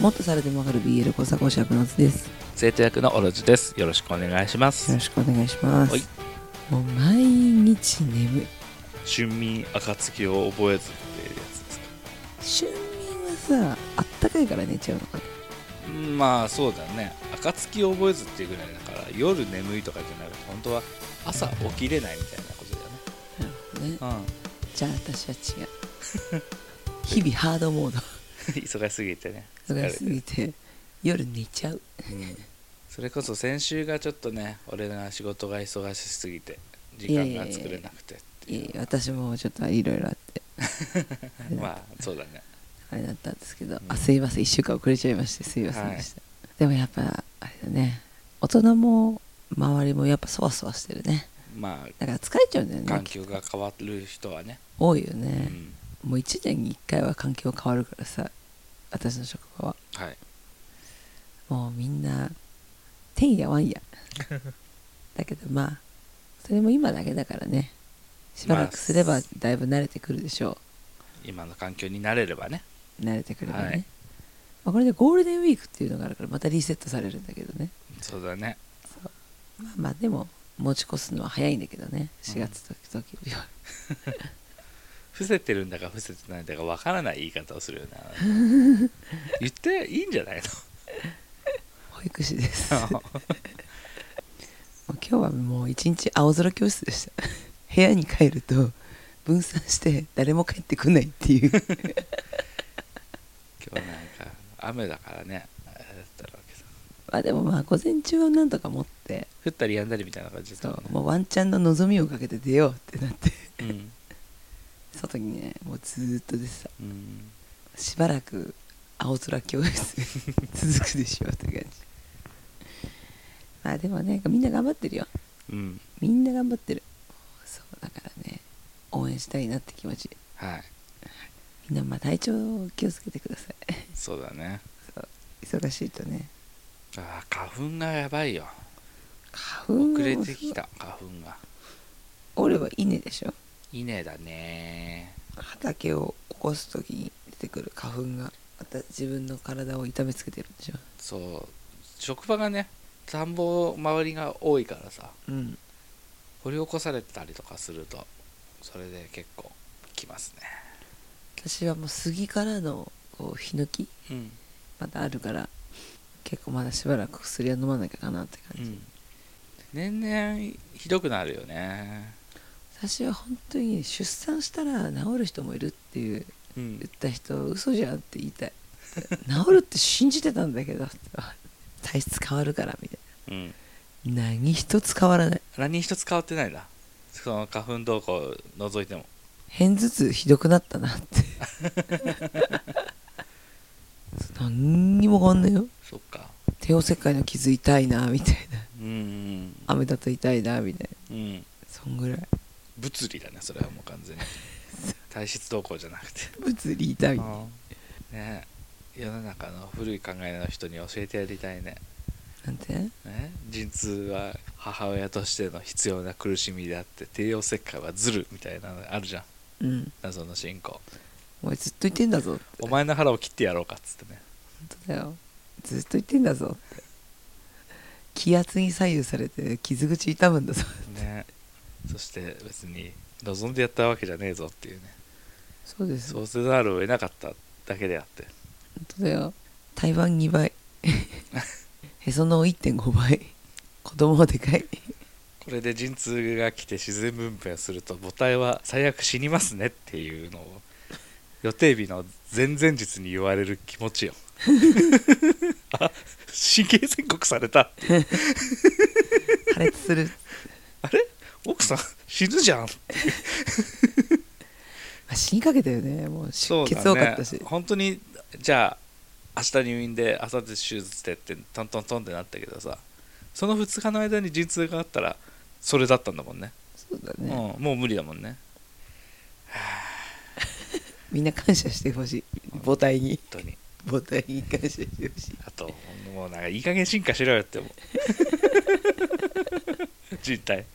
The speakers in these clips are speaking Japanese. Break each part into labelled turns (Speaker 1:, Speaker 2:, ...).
Speaker 1: もっとされてもわかる BL 小作講師役のつですよ
Speaker 2: 生徒役のオロジですよろしくお願いします
Speaker 1: ろしくお願いします、
Speaker 2: はい
Speaker 1: もう毎日眠い
Speaker 2: 春眠暁を覚えずっていうやつですか
Speaker 1: 春眠はさあったかいから寝ちゃうのかな
Speaker 2: うんまあそうだね暁を覚えずっていうぐらいだから夜眠いとかじゃなくて本当は朝起きれないみたいなことだ
Speaker 1: なるほどね
Speaker 2: よね
Speaker 1: じゃあ私は 違う日々ハードモード
Speaker 2: うん 忙しすぎてね
Speaker 1: 忙しすぎて夜寝ちゃう
Speaker 2: うんそれこそ先週がちょっとね俺の仕事が忙しすぎて時
Speaker 1: いやいや
Speaker 2: 間
Speaker 1: いや
Speaker 2: が作れなくてって
Speaker 1: い
Speaker 2: い
Speaker 1: いう私もちょっといろいろあって
Speaker 2: まあそうだね
Speaker 1: あれだったんですけど、
Speaker 2: う
Speaker 1: あ
Speaker 2: ん
Speaker 1: すいません1週間遅れちゃいましてすいませんでした、でもやっぱあれだね大人も周りもやっぱそわそわしてるね
Speaker 2: ま
Speaker 1: だから疲れちゃうんだよ
Speaker 2: あ
Speaker 1: ね
Speaker 2: 環境が変わる人はね、
Speaker 1: 多いよ
Speaker 2: う
Speaker 1: ね、
Speaker 2: ん、
Speaker 1: もう1年に1回は環境変わるからさ私の職場は
Speaker 2: はい
Speaker 1: もうみんなてんやわん やだけどまあそれも今だけだからねしばらくすればだいぶ慣れてくるでしょう
Speaker 2: 今の環境になれればね
Speaker 1: 慣れてくればね、
Speaker 2: はい
Speaker 1: まあ、これでゴールデンウィークっていうのがあるからまたリセットされるんだけどね
Speaker 2: そうだね
Speaker 1: まあまあでも持ち越すのは早いんだけどね4月時々、
Speaker 2: 伏せてるんだか伏せてないんだかわからない言い方をするよね言っていいんじゃない
Speaker 1: 保育士です も
Speaker 2: の
Speaker 1: う今日はもう一日青空教室でした 部屋に帰ると分散して誰も帰ってこないっていう
Speaker 2: 今日なんか雨だからねあれだったらけど
Speaker 1: まあでもまあ午前中はなんとか持って
Speaker 2: 降ったりやんだりみたいな感じだ
Speaker 1: そ
Speaker 2: った
Speaker 1: う
Speaker 2: も
Speaker 1: もうワンチャンの望みをかけて出ようってな って
Speaker 2: んね
Speaker 1: 外にねもうずーっとでさ
Speaker 2: うん、うん、
Speaker 1: しばらく青空教室 続くでしょうって感じまあでもねみんな頑張ってるよ
Speaker 2: うん、
Speaker 1: みんな頑張ってるそうだからね応援したいなって気持ち
Speaker 2: はい
Speaker 1: みんなまあ体調気をつけてください
Speaker 2: そうだね
Speaker 1: そう忙しいとね
Speaker 2: あー花粉がやばいよ
Speaker 1: 花粉
Speaker 2: 遅
Speaker 1: が
Speaker 2: れてきた花粉が
Speaker 1: 俺は稲でしょ
Speaker 2: 稲だね
Speaker 1: 畑を起こす時に出てくる花粉がまた自分の体を痛めつけてるんでしょ
Speaker 2: そう職場がね田んぼ周りが多いからさ
Speaker 1: うん
Speaker 2: 掘り起こされたりとかするとそれで結構きますね
Speaker 1: 私はもう杉からのこうヒノキ
Speaker 2: うん
Speaker 1: まだあるから結構まだしばらく薬は飲まなきゃかなって感じ、
Speaker 2: 年々ひどくなるよね、
Speaker 1: 私は本当に出産したら治る人もいるっていう
Speaker 2: うん
Speaker 1: 言った人嘘じゃんって言いたい治るって信じてたんだけど 体質変わるからみたいな何一つ変わらない
Speaker 2: 何一つ変わってないなその花粉動向を除いても
Speaker 1: 変頭痛ひどくなったなって 何にも変わんないよ
Speaker 2: そっか
Speaker 1: 帝王切開の傷痛いなみたいな
Speaker 2: うん
Speaker 1: 雨だと痛いなみたいな
Speaker 2: うんうん
Speaker 1: そんぐらい
Speaker 2: 物理だねそれはもう完全に体質動向じゃなくて
Speaker 1: 物理痛い
Speaker 2: ね世の中の古い考えの人に教えてやりたいね
Speaker 1: なんて
Speaker 2: ね陣痛は母親としての必要な苦しみであって帝王切開はずるみたいなのあるじゃん
Speaker 1: うん
Speaker 2: 謎の信仰
Speaker 1: お前ずっと言ってんだぞって
Speaker 2: お
Speaker 1: 本
Speaker 2: 前の腹を切ってやろうかっつってね
Speaker 1: 当だよずっと言ってんだぞって気圧に左右されて傷口痛むんだぞ
Speaker 2: ねそして別に望んでやったわけじゃねえぞっていうね
Speaker 1: そうです
Speaker 2: そうせざるを得なかっただけであって
Speaker 1: 本当だよ台湾2倍 へその緒1.5倍子供はでかい
Speaker 2: これで陣痛が来て自然分娩すると母体は最悪死にますねっていうのを予定日の前々日に言われる気持ちよあ神経宣告された
Speaker 1: 破裂する、
Speaker 2: あれ奥さん死ぬじゃん
Speaker 1: まあ、死にかけたよねもう出血多かったし、
Speaker 2: 本当にじゃあ明日入院で明後日手術でってトントントンってなったけどさその2日の間に陣痛があったらそれだったんだもんね
Speaker 1: そうだね、
Speaker 2: うん、もう無理だもんね
Speaker 1: みんな感謝してほしい母体に
Speaker 2: 本当に
Speaker 1: 母体に感謝してほしい
Speaker 2: あともうなんかいい加減進化しろ よって思う人体
Speaker 1: ね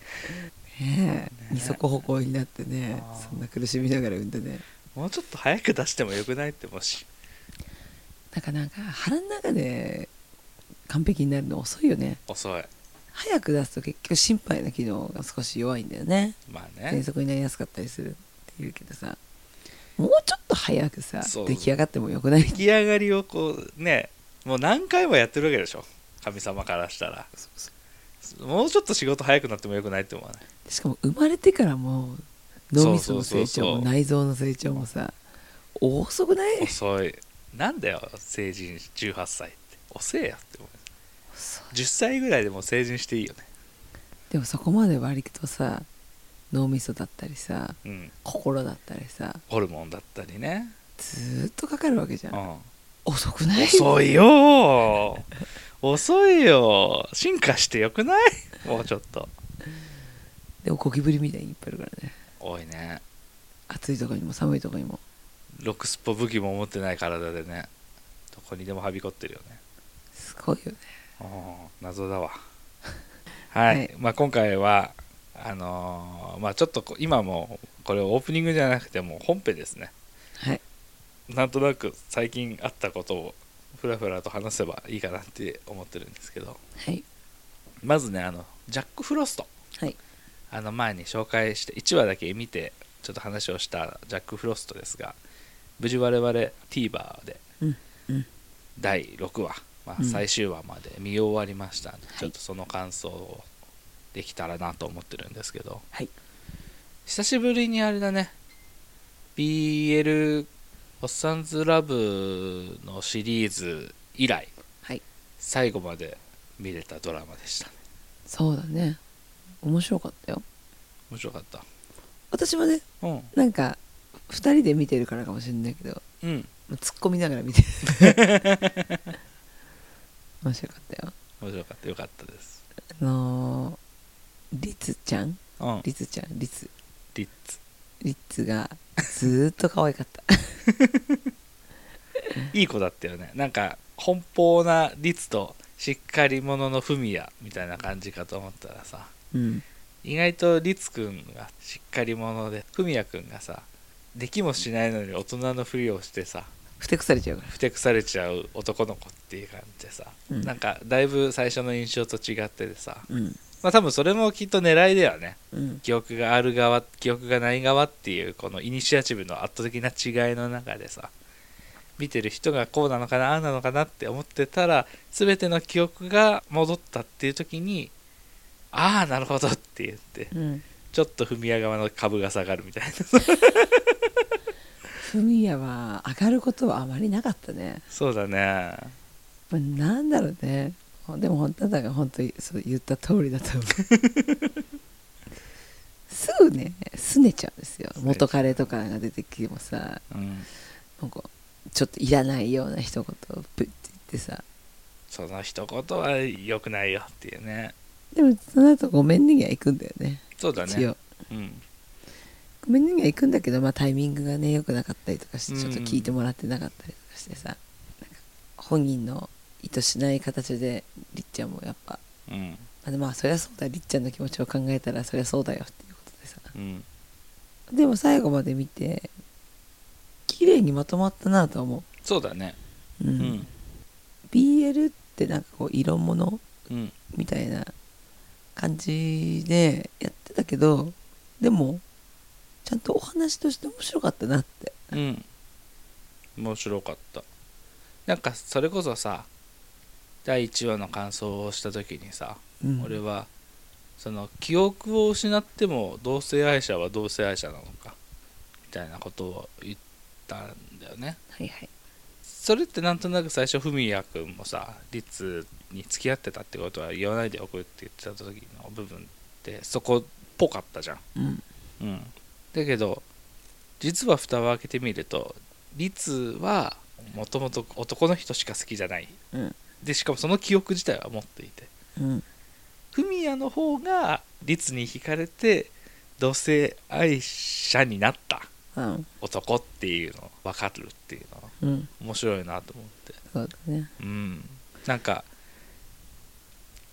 Speaker 1: え二足歩行になってね
Speaker 2: あー
Speaker 1: そんな苦しみながら産んでね
Speaker 2: もうちょっと早く出してもよくないってもし
Speaker 1: だからなんか腹の中で完璧になるの遅いよね
Speaker 2: 遅い
Speaker 1: 早く出すと結局心配の機能が少し弱いんだよね
Speaker 2: まあ
Speaker 1: 喘
Speaker 2: ね
Speaker 1: 息になりやすかったりするっていうけどさもうちょっと早くさ
Speaker 2: そう
Speaker 1: 出来上がってもよくない
Speaker 2: 出来上がりをこうねもう何回もやってるわけでしょ神様からしたらもうちょっと仕事早くなってもよくないって思わない
Speaker 1: しかも生まれてからもう脳みその成
Speaker 2: そうそう
Speaker 1: 長
Speaker 2: そうそう
Speaker 1: も内臓の成長もさ遅くない
Speaker 2: 遅いなんだよ成人18歳って遅えよって思う
Speaker 1: 遅い
Speaker 2: 10歳ぐらいでもう成人していいよね
Speaker 1: でもそこまで割とさ脳みそだったりさ
Speaker 2: うん
Speaker 1: 心だったりさ
Speaker 2: ホルモンだったりね、
Speaker 1: ずーっとかかるわけじゃ
Speaker 2: うんん、
Speaker 1: 遅くない
Speaker 2: 遅いよ遅いよ進化してよくないもうちょっと
Speaker 1: でもゴキブリみたいにいっぱいいるからね
Speaker 2: 多いね
Speaker 1: 暑いとこにも寒いとこにも
Speaker 2: ロクスポ武器も持ってない体でねどこにでもはびこってるよね
Speaker 1: すごいよね
Speaker 2: うん謎だわはい、
Speaker 1: はい
Speaker 2: まあ、今回はあのーまあちょっとこ今もこれオープニングじゃなくてもう本編ですね
Speaker 1: はい
Speaker 2: なんとなく最近あったことをふらふらと話せばいいかなって思ってるんですけど
Speaker 1: はい
Speaker 2: まずねあのジャック・フロスト
Speaker 1: はい
Speaker 2: あの前に紹介して1話だけ見てちょっと話をしたジャック・フロストですが無事我々 TVer で
Speaker 1: うんうん
Speaker 2: 第6話、ま
Speaker 1: う
Speaker 2: あ、
Speaker 1: ん
Speaker 2: 最終話まで見終わりましたんで、
Speaker 1: はい
Speaker 2: ちょっとその感想をできたらなと思ってるんですけど
Speaker 1: はい
Speaker 2: 久しぶりにあれだね BL「おっさんずラブ」のシリーズ以来
Speaker 1: はい
Speaker 2: 最後まで見れたドラマでしたね
Speaker 1: そうだね面白かったよ
Speaker 2: 面白かった
Speaker 1: 私もね
Speaker 2: うん
Speaker 1: なんか2人で見てるからかもしれないけど
Speaker 2: うん
Speaker 1: 突っ込みながら見てる 面白かったよ
Speaker 2: 面白かったよかったです
Speaker 1: あのー、リツちゃん
Speaker 2: うん
Speaker 1: リツちゃんリツ
Speaker 2: リッツ
Speaker 1: リッツがずーっと可愛かった
Speaker 2: いい子だったよねなんか奔放な律としっかり者の文也みたいな感じかと思ったらさ
Speaker 1: うん
Speaker 2: 意外と律くんがしっかり者で文也くんがさできもしないのに大人のふりをしてさ
Speaker 1: ふてくされちゃうから
Speaker 2: ふてくされちゃう男の子っていう感じでさ、
Speaker 1: うん
Speaker 2: なんかだいぶ最初の印象と違っててさ
Speaker 1: うん
Speaker 2: まあ多分それもきっと狙いだよね
Speaker 1: うん
Speaker 2: 記憶がある側記憶がない側っていうこのイニシアチブの圧倒的な違いの中でさ見てる人がこうなのかなああなのかなって思ってたら全ての記憶が戻ったっていう時にああなるほどって言って
Speaker 1: うん
Speaker 2: ちょっと踏み上側の株が下がるみたいな
Speaker 1: フミヤは上がることはあまりなかったね、
Speaker 2: そうだね
Speaker 1: まあ、なんだろうねほんでも本当だから本当にそう言った通りだ と思うすぐね拗ねちゃうんですよ
Speaker 2: 拗ねちゃう
Speaker 1: 元彼とかが出てきてもさ
Speaker 2: うん
Speaker 1: なんかちょっといらないような一言をプッて言ってさ
Speaker 2: その一言は良くないよっていうね
Speaker 1: でもその後ごめんねぎは行くんだよね
Speaker 2: そうだ
Speaker 1: 一
Speaker 2: ね
Speaker 1: 応
Speaker 2: うん
Speaker 1: ごめんねには行くんだけど、まあ、タイミングがね良くなかったりとかして
Speaker 2: うん
Speaker 1: ちょっと聞いてもらってなかったりとかしてさ、なんか本人の意図しない形でりっちゃんもやっぱ、
Speaker 2: うん
Speaker 1: まあ、まあそりゃそうだりっちゃんの気持ちを考えたらそりゃそうだよっていうことでさ
Speaker 2: うん
Speaker 1: でも最後まで見て綺麗にまとまったなとは思
Speaker 2: そうだね
Speaker 1: う、う
Speaker 2: うんん
Speaker 1: BL ってなんかこう色物
Speaker 2: うん
Speaker 1: みたいな感じでやってたけどでもちゃんとお話として面白かったなって
Speaker 2: うん面白かったなんかそれこそさ第1話の感想をした時にさ、
Speaker 1: うん
Speaker 2: 俺はその記憶を失っても同性愛者は同性愛者なのかみたいなことを言ったんだよね
Speaker 1: はいはい
Speaker 2: それってなんとなく最初文也君もさリツに付き合ってたってことは言わないでおくって言ってた時の部分ってそこっぽかったじゃん
Speaker 1: うん
Speaker 2: うん、だけど実は蓋を開けてみると律はもともと男の人しか好きじゃない
Speaker 1: うん
Speaker 2: でしかもその記憶自体は持っていて
Speaker 1: うん
Speaker 2: 文也の方が律に惹かれて同性愛者になった
Speaker 1: うん
Speaker 2: 男っていうの分かるっていうのは
Speaker 1: うん
Speaker 2: 面白いなと思って
Speaker 1: そうだね
Speaker 2: うんなんか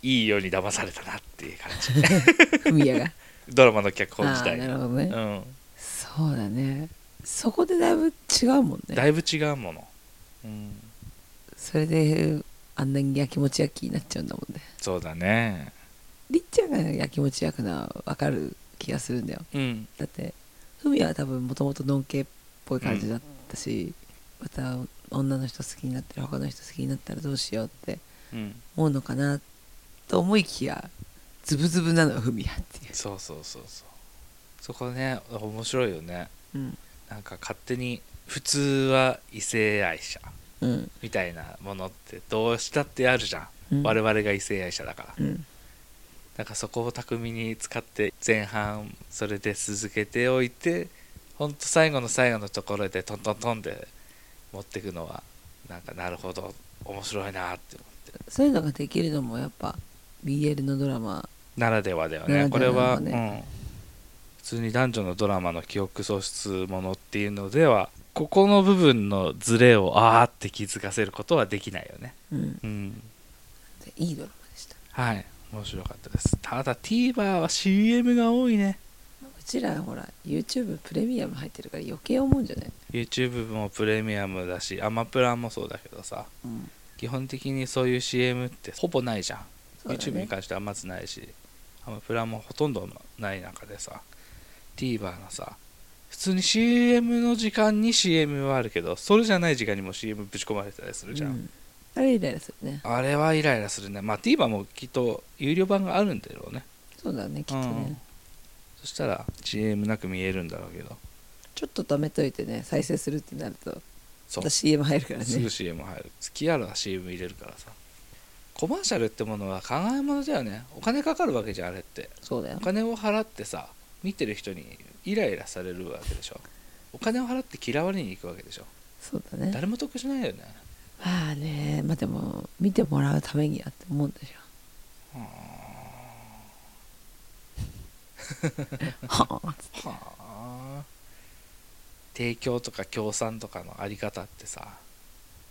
Speaker 2: いいように騙されたなっていう感じ
Speaker 1: 文也 が
Speaker 2: ドラマの脚本
Speaker 1: あ
Speaker 2: 自
Speaker 1: あ
Speaker 2: 体
Speaker 1: な
Speaker 2: が
Speaker 1: るほどね、
Speaker 2: うん
Speaker 1: そうだねそこでだいぶ違うもんね
Speaker 2: だいぶ違うもの、うん、
Speaker 1: それであんなにやきもち焼きになっちゃうんだもんね
Speaker 2: そうだね
Speaker 1: りっちゃんがやきもち焼くのは分かる気がするんだよ
Speaker 2: うん
Speaker 1: だってふみは多分もともとのんけっぽい感じだったし、また女の人好きになったら他の人好きになったらどうしようって
Speaker 2: うん
Speaker 1: 思うのかなと思いきやズブズブなのはふみやっていう、
Speaker 2: そうそうそうそうそこね面白いよね
Speaker 1: うん
Speaker 2: なんか勝手に普通は異性愛者
Speaker 1: うん
Speaker 2: みたいなものってどうしたってあるじゃん、
Speaker 1: うん、
Speaker 2: 我々が異性愛者だから
Speaker 1: うん
Speaker 2: だからそこを巧みに使って前半それで続けておいてほんと最後の最後のところでトントントンで持ってくのはなんかなるほど面白いなって思って
Speaker 1: そういうのができるのもやっぱ BL のドラマ
Speaker 2: ならではだよ
Speaker 1: な
Speaker 2: ね
Speaker 1: ら
Speaker 2: こ
Speaker 1: で
Speaker 2: れ
Speaker 1: は
Speaker 2: は、
Speaker 1: だね
Speaker 2: うん、普通に男女のドラマの記憶喪失ものっていうのではここの部分のズレをあーって気づかせることはできないよね
Speaker 1: うん
Speaker 2: うん
Speaker 1: でいいドラマでした
Speaker 2: はい面白かったですただ TVer は CM が多いね
Speaker 1: うちらほら YouTube プレミアム入ってるから余計思うんじゃない
Speaker 2: YouTube もプレミアムだしアマプラもそうだけどさ
Speaker 1: うん
Speaker 2: 基本的にそういう CM ってほぼないじゃん、
Speaker 1: そうだ
Speaker 2: YouTube に
Speaker 1: ね
Speaker 2: 関してはまずないしアマプラもほとんどない中でさ TVer のさ普通に CM の時間に CM はあるけどそれじゃない時間にも CM ぶち込まれてたりするじゃん、
Speaker 1: うんあれイライラするね
Speaker 2: あれはイライラするねまあ TVer もきっと有料版があるんだろうね
Speaker 1: そうだねきっとね、
Speaker 2: うんそしたら CM なく見えるんだろうけど
Speaker 1: ちょっと貯めといてね再生するってなると
Speaker 2: そ
Speaker 1: ま
Speaker 2: う
Speaker 1: た CM 入るから
Speaker 2: す
Speaker 1: ね
Speaker 2: ぐ CM 入る好きあるは CM 入れるからさコマーシャルってものは考えものだよねお金かかるわけじゃんあれって
Speaker 1: そうだよ
Speaker 2: お金を払ってさ見てる人にイライラされるわけでしょお金を払って嫌われに行くわけでしょ
Speaker 1: そうだね
Speaker 2: 誰も得しないよね
Speaker 1: まあねまあでも見てもらうためにやって思うんでしょはあ
Speaker 2: はあ提供とか協賛とかのあり方ってさ、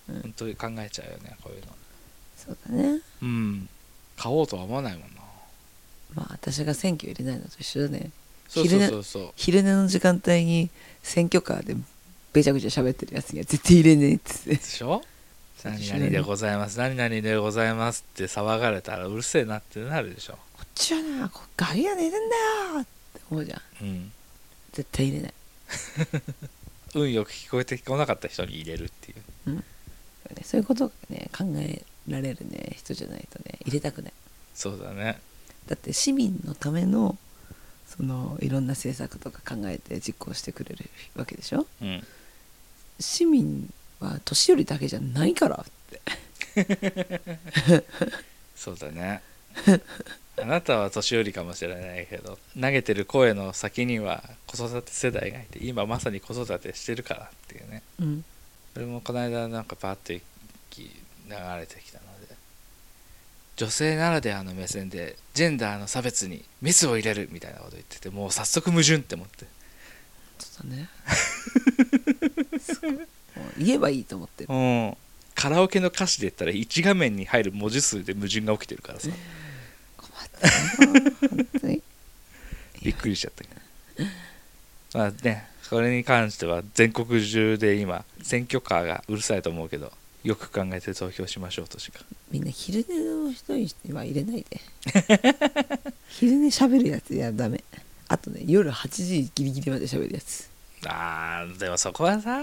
Speaker 1: うん
Speaker 2: 本当に考えちゃうよねこういうの
Speaker 1: そうだね
Speaker 2: うん買おうとは思わないもんな
Speaker 1: まあ私が選挙入れないのと一緒だね
Speaker 2: そうそうそうそう
Speaker 1: 昼寝の時間帯に選挙カーでべちゃくちゃ喋ってるやつには絶対入れねえっつって
Speaker 2: でしょ
Speaker 1: そうで
Speaker 2: 何
Speaker 1: しょ
Speaker 2: 々でございます何々でございますって騒がれたらうるせえなってなるでしょ
Speaker 1: こっちはなこガリが寝てんだよって思うじゃん
Speaker 2: うん
Speaker 1: 絶対入れない
Speaker 2: 運よく聞こえてこなかった人に入れるっていう
Speaker 1: ねそういうことがね考えられるね人じゃないとね入れたくない
Speaker 2: そうだね
Speaker 1: だって市民のためのそのいろんな政策とか考えて実行してくれるわけでしょ
Speaker 2: うん
Speaker 1: 市民は年寄りだけじゃないからって
Speaker 2: そうだね あなたは年寄りかもしれないけど投げてる声の先には子育て世代がいて今まさに子育てしてるからっていうね
Speaker 1: うん
Speaker 2: 俺もこの間なんかパッと一気に流れてきたので女性ならではの目線でジェンダーの差別にメスを入れるみたいなこと言っててもう早速矛盾って思って
Speaker 1: そうだねすごいもう言えばいいと思ってる
Speaker 2: うんカラオケの歌詞で言ったら1画面に入る文字数で矛盾が起きてるからさ
Speaker 1: 困ったな本当に
Speaker 2: びっくりしちゃったけどまあねこれに関しては全国中で今選挙カーがうるさいと思うけどよく考えて投票しましょうとしか
Speaker 1: みんな昼寝の人には入れないで昼寝喋るやつやダメあとね夜8時ギリギリまで喋るやつ
Speaker 2: あーでもそこはさ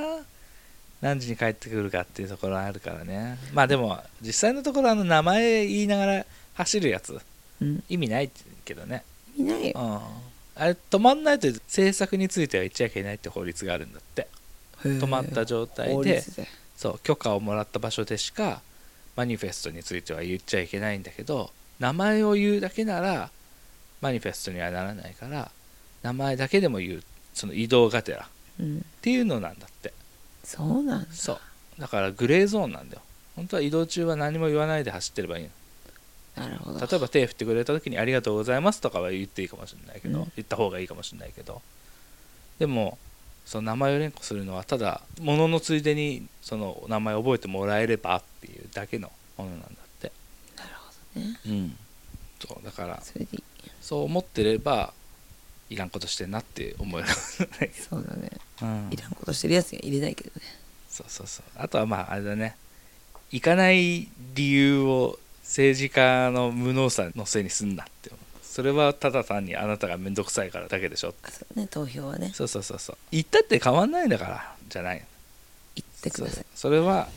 Speaker 2: 何時に帰ってくるかっていうところはあるからねまあでも実際のところあの名前言いながら走るやつ
Speaker 1: うん
Speaker 2: 意味ないけどね
Speaker 1: いないよ
Speaker 2: うんあれ止まんないと政策については言っちゃいけないって法律があるんだって止
Speaker 1: 止
Speaker 2: まった状態
Speaker 1: 法
Speaker 2: で
Speaker 1: 律で
Speaker 2: そう許可をもらった場所でしかマニフェストについては言っちゃいけないんだけど名前を言うだけならマニフェストにはならないから名前だけでも言うその移動がてらっ
Speaker 1: うん
Speaker 2: ていうのなんだって
Speaker 1: そうなんだ
Speaker 2: そうだからグレーゾーンなんだよ本当は移動中は何も言わないで走ってればいいの
Speaker 1: なるほど
Speaker 2: 例えば手振ってくれた時に「ありがとうございます」とかは言っていいかもしれないけ
Speaker 1: う
Speaker 2: ど、
Speaker 1: ん
Speaker 2: 言った方がいいかもしれないけどでもその名前を連呼するのはただもののついでにその名前を覚えてもらえればっていうだけのものなんだって、
Speaker 1: なるほどね
Speaker 2: うん、そうだから
Speaker 1: それでいい
Speaker 2: そう思ってればいらんことしてんなって思える、
Speaker 1: そうだね
Speaker 2: うん
Speaker 1: いらんことしてるやつには入れないけどね
Speaker 2: そうそうそうあとはまああれだね行かない理由を政治家の無能さのせいにすんなって思うそれはただ単にあなたが面倒くさいからだけでしょ
Speaker 1: あそうね投票はね
Speaker 2: そうそうそうそう行ったって変わんないんだからじゃないの
Speaker 1: 言ってください
Speaker 2: そうそれは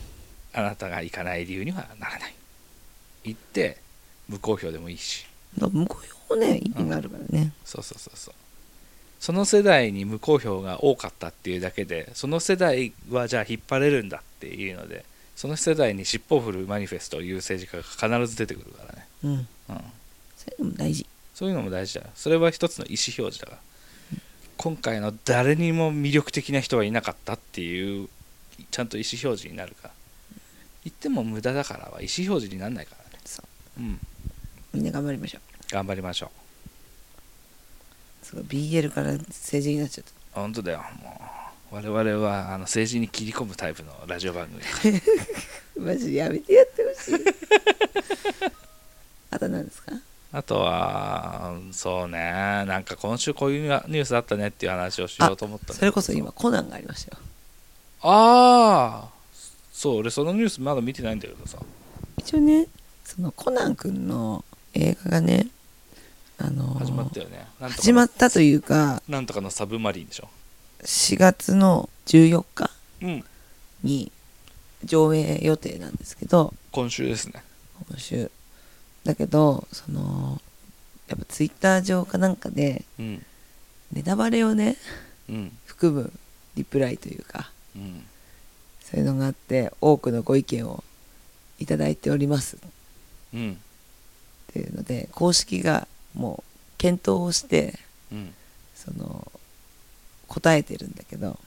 Speaker 2: あなたが行かない理由にはならない行って無公表でもいいし
Speaker 1: だから向こう用ね意味があるからね、
Speaker 2: そうそうそうそうその世代に無公表が多かったっていうだけでその世代はじゃあ引っ張れるんだっていうのでその世代に尻尾を振るマニフェストを言う政治家が必ず出てくるからね、
Speaker 1: うん
Speaker 2: うん、
Speaker 1: それでも大事
Speaker 2: そういうのも大事だよそれは一つの意思表示だから今回の誰にも魅力的な人はいなかったっていうちゃんと意思表示になるから言っても無駄だからは意思表示にならないからね
Speaker 1: そう
Speaker 2: うん
Speaker 1: みんな頑張りましょう
Speaker 2: 頑張りましょう
Speaker 1: すごい BL から政治になっちゃった
Speaker 2: 本当だよもう我々はあの政治に切り込むタイプのラジオ番組だ
Speaker 1: マジやめてやってほしい あと何ですか
Speaker 2: あとはそうねなんか今週こういうニュースあったねっていう話をしようと思ったんだけど
Speaker 1: それこそ今コナンがありましたよ
Speaker 2: ああそう俺そのニュースまだ見てないんだけどさ
Speaker 1: 一応ねそのコナン君の映画がねあのー
Speaker 2: 始まったよねなんとか
Speaker 1: 始まったというか
Speaker 2: なんとかのサブマリンでしょ
Speaker 1: 4月の14日
Speaker 2: うん
Speaker 1: に上映予定なんですけど
Speaker 2: 今週ですね
Speaker 1: 今週だけどそのやっぱツイッター上かなんかで
Speaker 2: うん
Speaker 1: ネタバレをね
Speaker 2: うん
Speaker 1: 含むリプライというか
Speaker 2: うん
Speaker 1: そういうのがあって多くのご意見をいただいておりますっ
Speaker 2: うん
Speaker 1: ていうので公式がもう検討をして
Speaker 2: うん
Speaker 1: その答えてるんだけど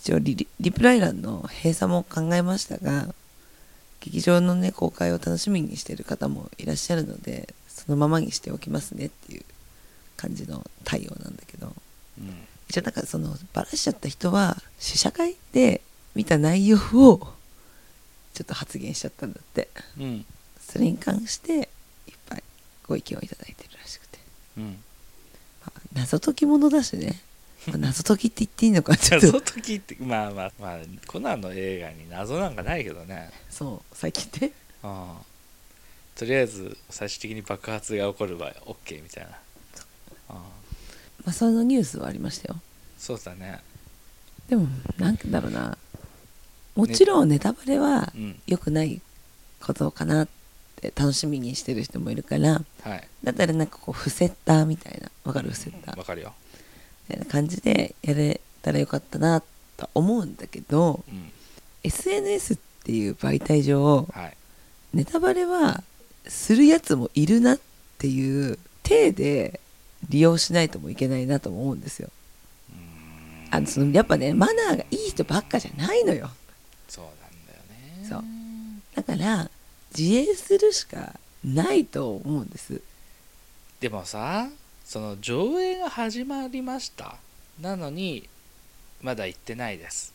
Speaker 1: 一応リリリプライ欄の閉鎖も考えましたが劇場のね公開を楽しみにしてる方もいらっしゃるのでそのままにしておきますねっていう感じの対応なんだけど
Speaker 2: うん
Speaker 1: 一応なんかそのバラしちゃった人は試写会で見た内容をちょっと発言しちゃったんだって
Speaker 2: うん
Speaker 1: それに関していっぱいご意見をいただいてるらしくて
Speaker 2: うん
Speaker 1: まあ謎解きものだしね、まあ謎解きって言っていいのかちょっ
Speaker 2: 謎
Speaker 1: と
Speaker 2: 解きってまあまあまあコナンの映画に謎なんかないけどね
Speaker 1: そう最近ね
Speaker 2: ああとりあえず最終的に爆発が起こる場合 OK みたいなああ
Speaker 1: まあそのニュースはありましたよ
Speaker 2: そうだね
Speaker 1: でもなんだろうなもちろんネタバレは
Speaker 2: うん
Speaker 1: 良くないことかなって楽しみにしてる人もいるから
Speaker 2: はい
Speaker 1: だったらなんかこうフセッターみたいなわかるフセッター
Speaker 2: わ
Speaker 1: み
Speaker 2: かるよ
Speaker 1: たいな感じでやれたらよかったなと思うんだけど
Speaker 2: うん
Speaker 1: SNS っていう媒体上
Speaker 2: はい
Speaker 1: ネタバレはするやつもいるなっていう体で利用しないともいけないなとも思うんですよ。あのそのやっぱねマナーがいい人ばっかじゃないのよ。
Speaker 2: そうなんだ
Speaker 1: そ
Speaker 2: よ
Speaker 1: う
Speaker 2: ね
Speaker 1: だから自衛するしかないと思うんです。
Speaker 2: でもさその上映が始まりましたなのにまだ行ってないです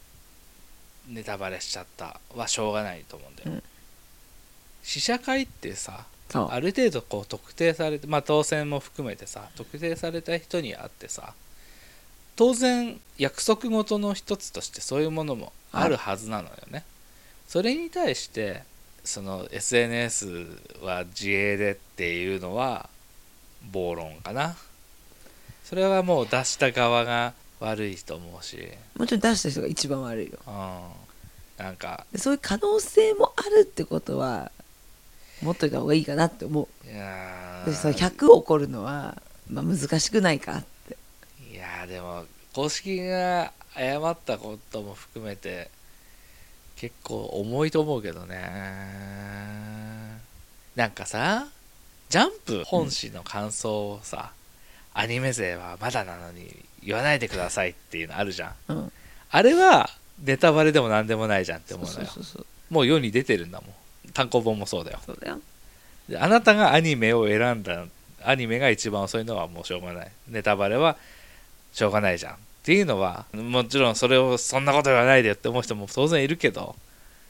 Speaker 2: ネタバレしちゃったはしょうがないと思うんだよ、
Speaker 1: うん
Speaker 2: 試写会ってさ
Speaker 1: そう
Speaker 2: ある程度こう特定されてまあ当選も含めてさ特定された人に会ってさ当然約束事の一つとしてそういうものもあるはずなのよねそれに対してその SNS は自営でっていうのは暴論かなそれはもう出した側が悪いと思うし、
Speaker 1: もちろん出した人が一番悪いよ。
Speaker 2: うん、なんか
Speaker 1: でそういう可能性もあるってことは持っといた方がいいかなって思
Speaker 2: いや
Speaker 1: う。
Speaker 2: ー
Speaker 1: でその100起こるのは、まあ、難しくないかって。
Speaker 2: いやーでも公式が謝ったことも含めて結構重いと思うけどねなんかさジャンプ本誌の感想をさ、アニメ勢はまだなのに言わないでくださいっていうのあるじゃん
Speaker 1: うん、
Speaker 2: あれはネタバレでも何でもないじゃんって思うのよ
Speaker 1: そうそうそう
Speaker 2: もう世に出てるんだもん単行本もそうだよ
Speaker 1: そうだよ。
Speaker 2: であなたがアニメを選んだアニメが一番遅いのはもうしょうがないネタバレはしょうがないじゃんっていうのはもちろんそれをそんなこと言わないでよって思う人も当然いるけど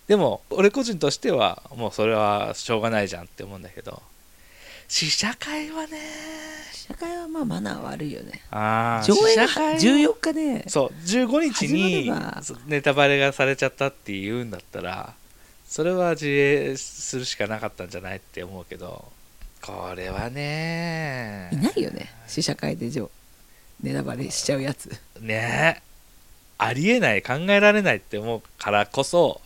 Speaker 2: でも俺個人としてはもうそれはしょうがないじゃんって思うんだけど試写会はね
Speaker 1: 試写会はまあマナー悪いよね
Speaker 2: あー
Speaker 1: 上映が
Speaker 2: 試写会
Speaker 1: 14日で
Speaker 2: そう15日
Speaker 1: 始
Speaker 2: に
Speaker 1: まれば
Speaker 2: そうネタバレがされちゃったっていうんだったらそれは自衛するしかなかったんじゃないって思うけどこれはね
Speaker 1: いないよね試写会でジョーネタバレしちゃうやつ
Speaker 2: ねえありえない考えられないって思うからこそ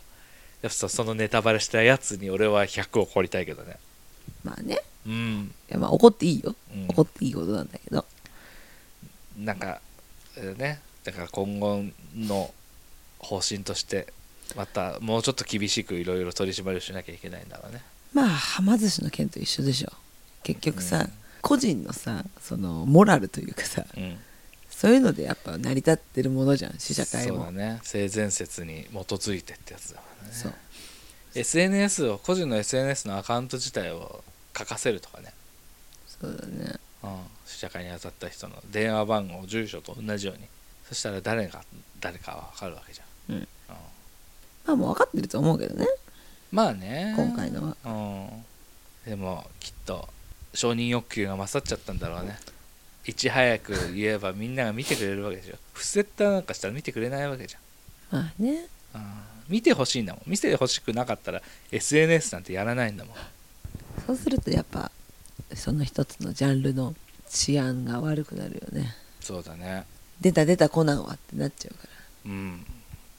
Speaker 2: やっぱそそのネタバレしたやつに俺は100を超りたいけどね
Speaker 1: まあね
Speaker 2: うん、
Speaker 1: いやまあ怒っていいよ
Speaker 2: うん
Speaker 1: 怒っていいことなんだけど
Speaker 2: なんかえーねだから今後の方針としてまたもうちょっと厳しくいろいろ取り締まりをしなきゃいけないんだろうね
Speaker 1: まあはま寿司の件と一緒でしょ結局さ、
Speaker 2: うん
Speaker 1: 個人のさそのモラルというかさ
Speaker 2: うん
Speaker 1: そういうのでやっぱ成り立ってるものじゃん試写会
Speaker 2: そう
Speaker 1: も
Speaker 2: だね性善説に基づいてってやつだからね
Speaker 1: そう
Speaker 2: SNS を個人の SNS のアカウント自体を書かせるとかね、
Speaker 1: そうだね
Speaker 2: うん、試写会に当たった人の電話番号住所と同じようにそしたら誰が誰かは分かるわけじゃん、
Speaker 1: うんまあもう分かってると思うけどね
Speaker 2: まあね
Speaker 1: 今回のは
Speaker 2: うん、でもきっと承認欲求が勝っちゃったんだろうねいち早く言えばみんなが見てくれるわけでしょ伏せったなんかしたら見てくれないわけじゃん
Speaker 1: まあね
Speaker 2: あー見てほしいんだもん見てほしくなかったら SNS なんてやらないんだもん
Speaker 1: そうするとやっぱその一つのジャンルの治安が悪くなるよね
Speaker 2: そうだね
Speaker 1: 出た出たコナンはってなっちゃうか
Speaker 2: うん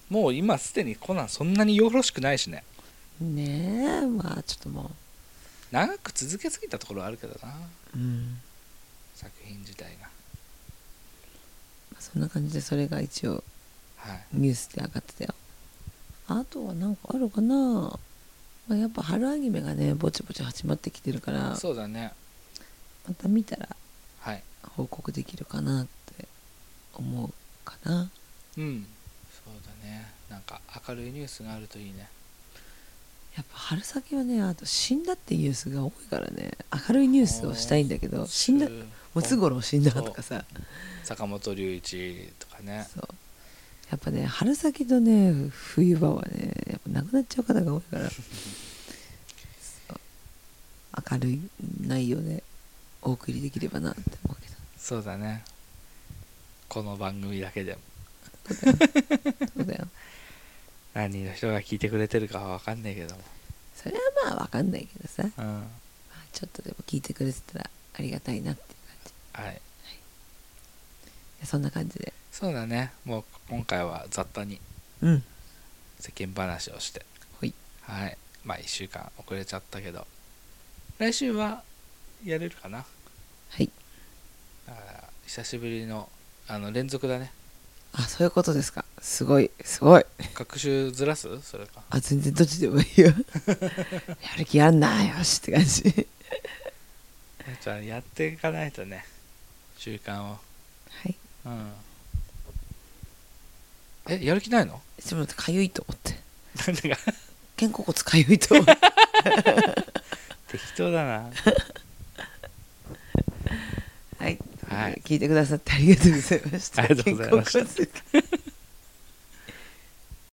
Speaker 2: もう今すでにコナンそんなによろしくないしね
Speaker 1: らねえまあちょっとも
Speaker 2: 長く続けすぎたところはあるけどな
Speaker 1: ううん
Speaker 2: 作品自体が
Speaker 1: まあそんな感じでそれが一応
Speaker 2: はい
Speaker 1: ニュースで上がってたよあとはなんかあるかな、まあ、やっぱ春アニメがねぼちぼち始まってきてるから
Speaker 2: そうだね
Speaker 1: また見たら
Speaker 2: はい
Speaker 1: 報告できるかなって思うかな
Speaker 2: うんそうだねなんか明るいニュースがあるといいね
Speaker 1: やっぱ春先はねあと死んだってニュースが多いからね明るいニュースをしたいんだけど死んだ
Speaker 2: うん
Speaker 1: ムツゴロウ死んだとかさ
Speaker 2: 坂本龍一とかね
Speaker 1: そうやっぱね春先とね冬場はねやっぱ亡くなっちゃう方が多いからそう明るい内容でお送りできればなって思うけど
Speaker 2: そうだねこの番組だけでも
Speaker 1: そうだよ
Speaker 2: 何人の人が聞いてくれてるかは分かんないけども、
Speaker 1: それはまあわかんないけどさ、ま
Speaker 2: うん
Speaker 1: あちょっとでも聞いてくれてたらありがたいなっていう感じい
Speaker 2: はい、
Speaker 1: やそんな感じで
Speaker 2: そうだねもう今回は雑多に
Speaker 1: うん
Speaker 2: 世間話をして
Speaker 1: ほい
Speaker 2: はいまあ1週間遅れちゃったけど来週はやれるかな
Speaker 1: はい
Speaker 2: だから久しぶりのあの連続だ ね
Speaker 1: あそういうことですかすごいすごい
Speaker 2: 学習ずらすそれか
Speaker 1: あ全然どっちでもいい よやる気やんなよしって感じ
Speaker 2: じゃあやっていかないとね習慣を
Speaker 1: はい
Speaker 2: うんえやる気ないの
Speaker 1: ちょっと待ってかゆいと思って
Speaker 2: なんだか
Speaker 1: 肩甲骨かゆいと思って
Speaker 2: 適当だな
Speaker 1: はい、
Speaker 2: はい
Speaker 1: 聞いてくださってありがとうございました
Speaker 2: ありがとうございました
Speaker 1: 肩甲骨